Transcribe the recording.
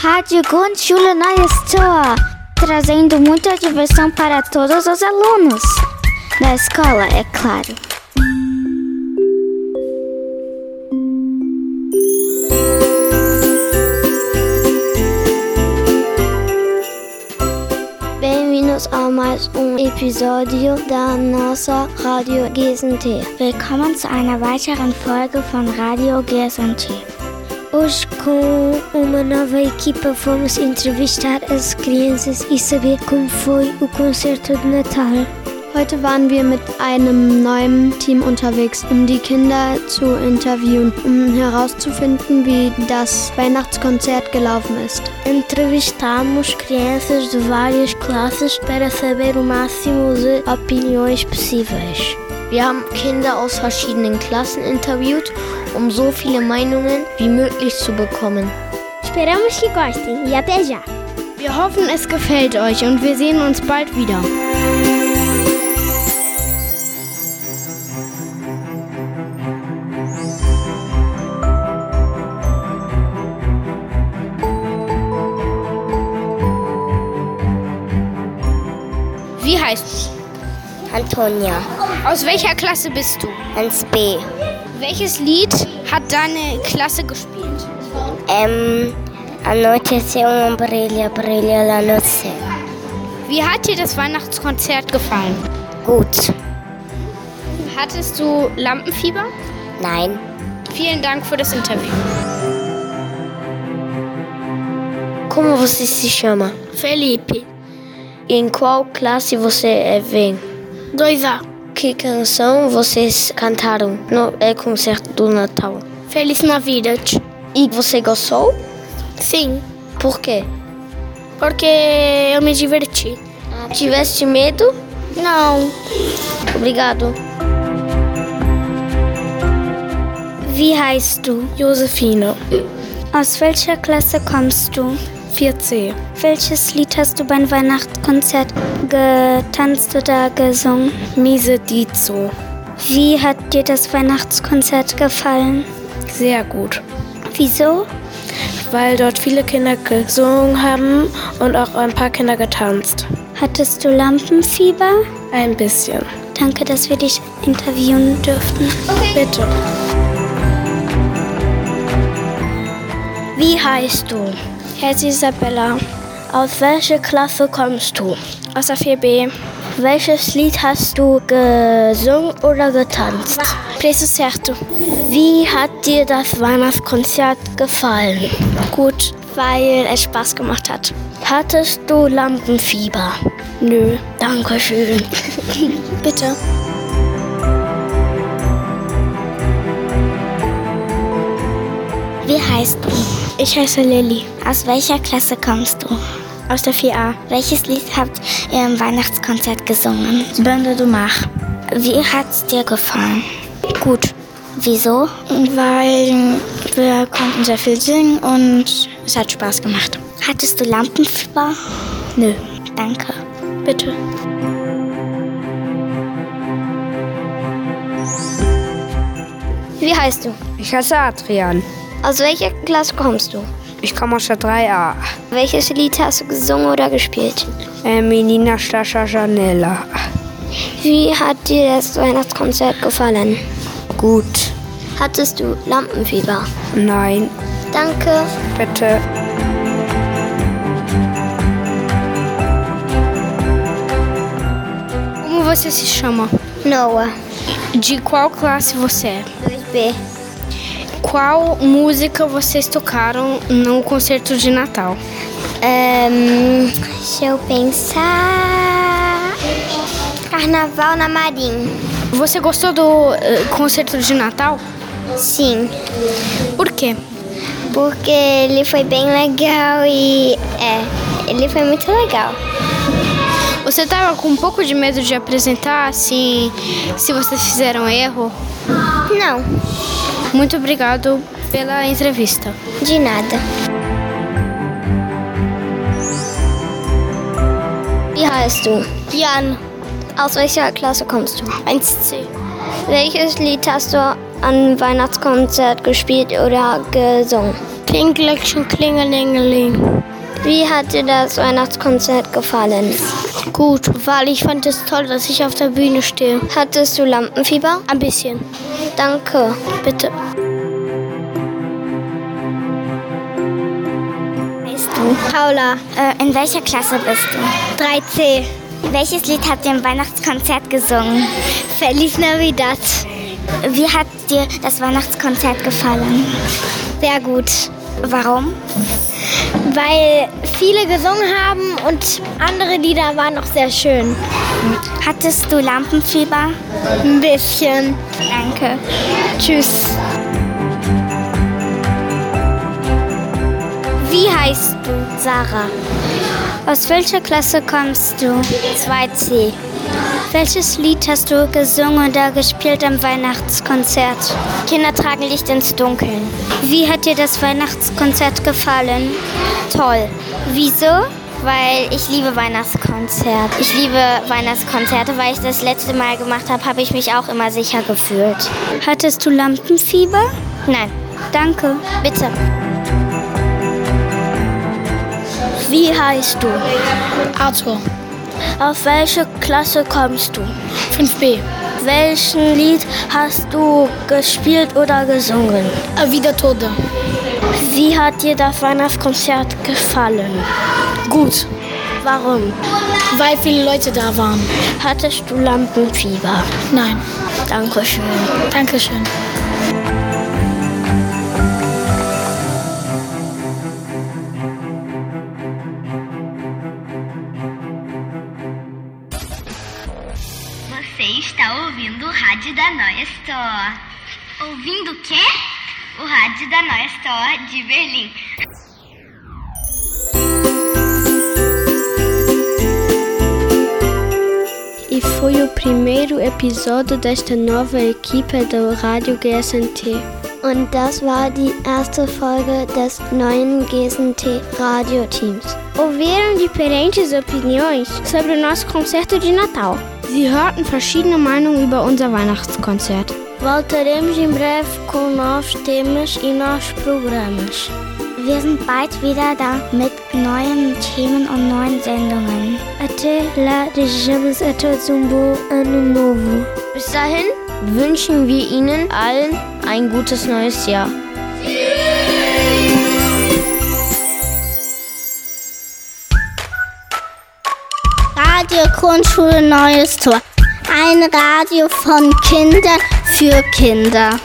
Rádio Grundschule Neues Tor, trazendo muita diversão para todos os alunos. Da escola, é claro. Bem-vindos a mais um episódio da nossa Rádio GSNT. Willkommen zu einer weiteren Folge von Radio GSMT. Hoje, com uma nova equipa, fomos entrevistar as crianças e saber como foi o concerto de Natal. Heute waren wir mit einem neuen Team unterwegs, um die Kinder zu interviewen, um herauszufinden, wie das Weihnachtskonzert gelaufen ist. Entrevistamos crianças de várias classes para saber o máximo de opiniões possíveis. Wir haben Kinder aus verschiedenen Klassen interviewt, um so viele Meinungen wie möglich zu bekommen. Esperamos que gostem e até já! Wir hoffen, es gefällt euch und wir sehen uns bald wieder. Wie heißt Antonia, du? Aus welcher Klasse bist du? 1B. Welches Lied hat deine Klasse gespielt? Em, anoiteceu É, uma brilha, brilha lá no céu. Wie hat dir das Weihnachtskonzert gefallen? Gut. Hattest du Lampenfieber? Nein. Vielen Dank für das Interview. Como você se chama? Felipe, Em qual classe você é, vem? 2A. Que canção vocês cantaram no é, concerto do Natal? Feliz Navidad. E você gostou? Sim, Por quê? porque eu me diverti. Ah, Tiveste medo? Não, Obrigado. wie heißt du? Josefine, Aus welcher Klasse kommst du? 4C. Welches Lied hast du beim Weihnachtskonzert getanzt oder gesungen? Miese Dizo. Wie hat dir das Weihnachtskonzert gefallen? Sehr gut, Wieso? weil dort viele Kinder gesungen haben und auch ein paar Kinder getanzt. Hattest du Lampenfieber? Ein bisschen. Danke, dass wir dich interviewen durften. Bitte. Wie heißt du? Herz Isabella. Aus welcher Klasse kommst du? Aus der 4B. Welches Lied hast du gesungen oder getanzt? Preço certo. Wie hat dir das Weihnachtskonzert gefallen? Gut, weil es Spaß gemacht hat. Hattest du Lampenfieber? Nö. Dankeschön. Bitte. Wie heißt du? Ich heiße Lilly. Aus welcher Klasse kommst du? Aus der 4a. Welches Lied habt ihr im Weihnachtskonzert gesungen? Bande du Mach. Wie hat's dir gefallen? Gut. Wieso? Weil wir konnten sehr viel singen und es hat Spaß gemacht. Hattest du Lampenfieber? Nö. Danke. Bitte. Wie heißt du? Ich heiße Adrian. Aus welcher Klasse kommst du? Ich komme aus der 3a. Welches Lied hast du gesungen oder gespielt? Äh, Menina Stascha Janela. Wie hat dir das Weihnachtskonzert gefallen? Gut. Hattest du Lampenfieber? Nein, Danke. bitte. Como você se chama? Noah. De qual classe você é? 2B. Qual música vocês tocaram no concerto de Natal? Um, deixa eu pensar. Carnaval na Marim. Você gostou do eh, concerto de Natal? Sim, Por quê? porque ele foi bem legal e. É, ele foi muito legal. Você tava com um pouco de medo de apresentar, assim, se vocês fizeram erro? Não, Muito obrigado pela entrevista. de nada. Wie heißt du? Jan. Aus welcher Klasse kommst du? 1C. Welches Lied hast du an Weihnachtskonzert gespielt oder gesungen? Klingelöckchen, Klingelingeling. Wie hat dir das Weihnachtskonzert gefallen? Gut, weil ich fand es toll, dass ich auf der Bühne stehe. Hattest du Lampenfieber? Ein bisschen. Danke. Bitte. Paula, äh, in welcher Klasse bist du? 3C. Welches Lied habt ihr im Weihnachtskonzert gesungen? Feliz Navidad. Wie hat dir das Weihnachtskonzert gefallen? Sehr gut. Warum? Weil viele gesungen haben und andere Lieder waren auch sehr schön. Hattest du Lampenfieber? Ein bisschen. Danke. Tschüss. Wie heißt du? Sarah. Aus welcher Klasse kommst du? 2c. Welches Lied hast du gesungen oder gespielt am Weihnachtskonzert? Kinder tragen Licht ins Dunkeln. Wie hat dir das Weihnachtskonzert gefallen? Toll. Wieso? Weil ich liebe Weihnachtskonzert. Ich liebe Weihnachtskonzerte, weil ich das letzte Mal gemacht habe, habe ich mich auch immer sicher gefühlt. Hattest du Lampenfieber? Nein. Danke. Bitte. Wie heißt du? Arthur, Auf welche Klasse kommst du? 5b. Welchen Lied hast du gespielt oder gesungen? A Vida Toda. Wie hat dir das Weihnachtskonzert gefallen? Gut, Warum? weil viele Leute da waren. Hattest du Lampenfieber? Nein, Dankeschön. danke schön. Você está ouvindo o rádio da Noia Store. Ouvindo o quê? O rádio da Noia Store de Berlim. E foi o primeiro episódio desta nova equipe do Rádio GSNT. Und das war die erste Folge des neuen GSNT Radio Teams. Houveram diferentes opiniões sobre o nosso concerto de Natal. Sie hörten verschiedene Meinungen über unser Weihnachtskonzert. Voltaremos em breve com novos temas e novos programas. Wir sind bald wieder da mit neuen Themen und neuen Sendungen. Até lá, desejamos a todos um bom ano novo. Bis dahin wünschen wir Ihnen allen ein gutes neues Jahr. Radio Grundschule Neues Tor. Ein Radio von Kindern für Kinder.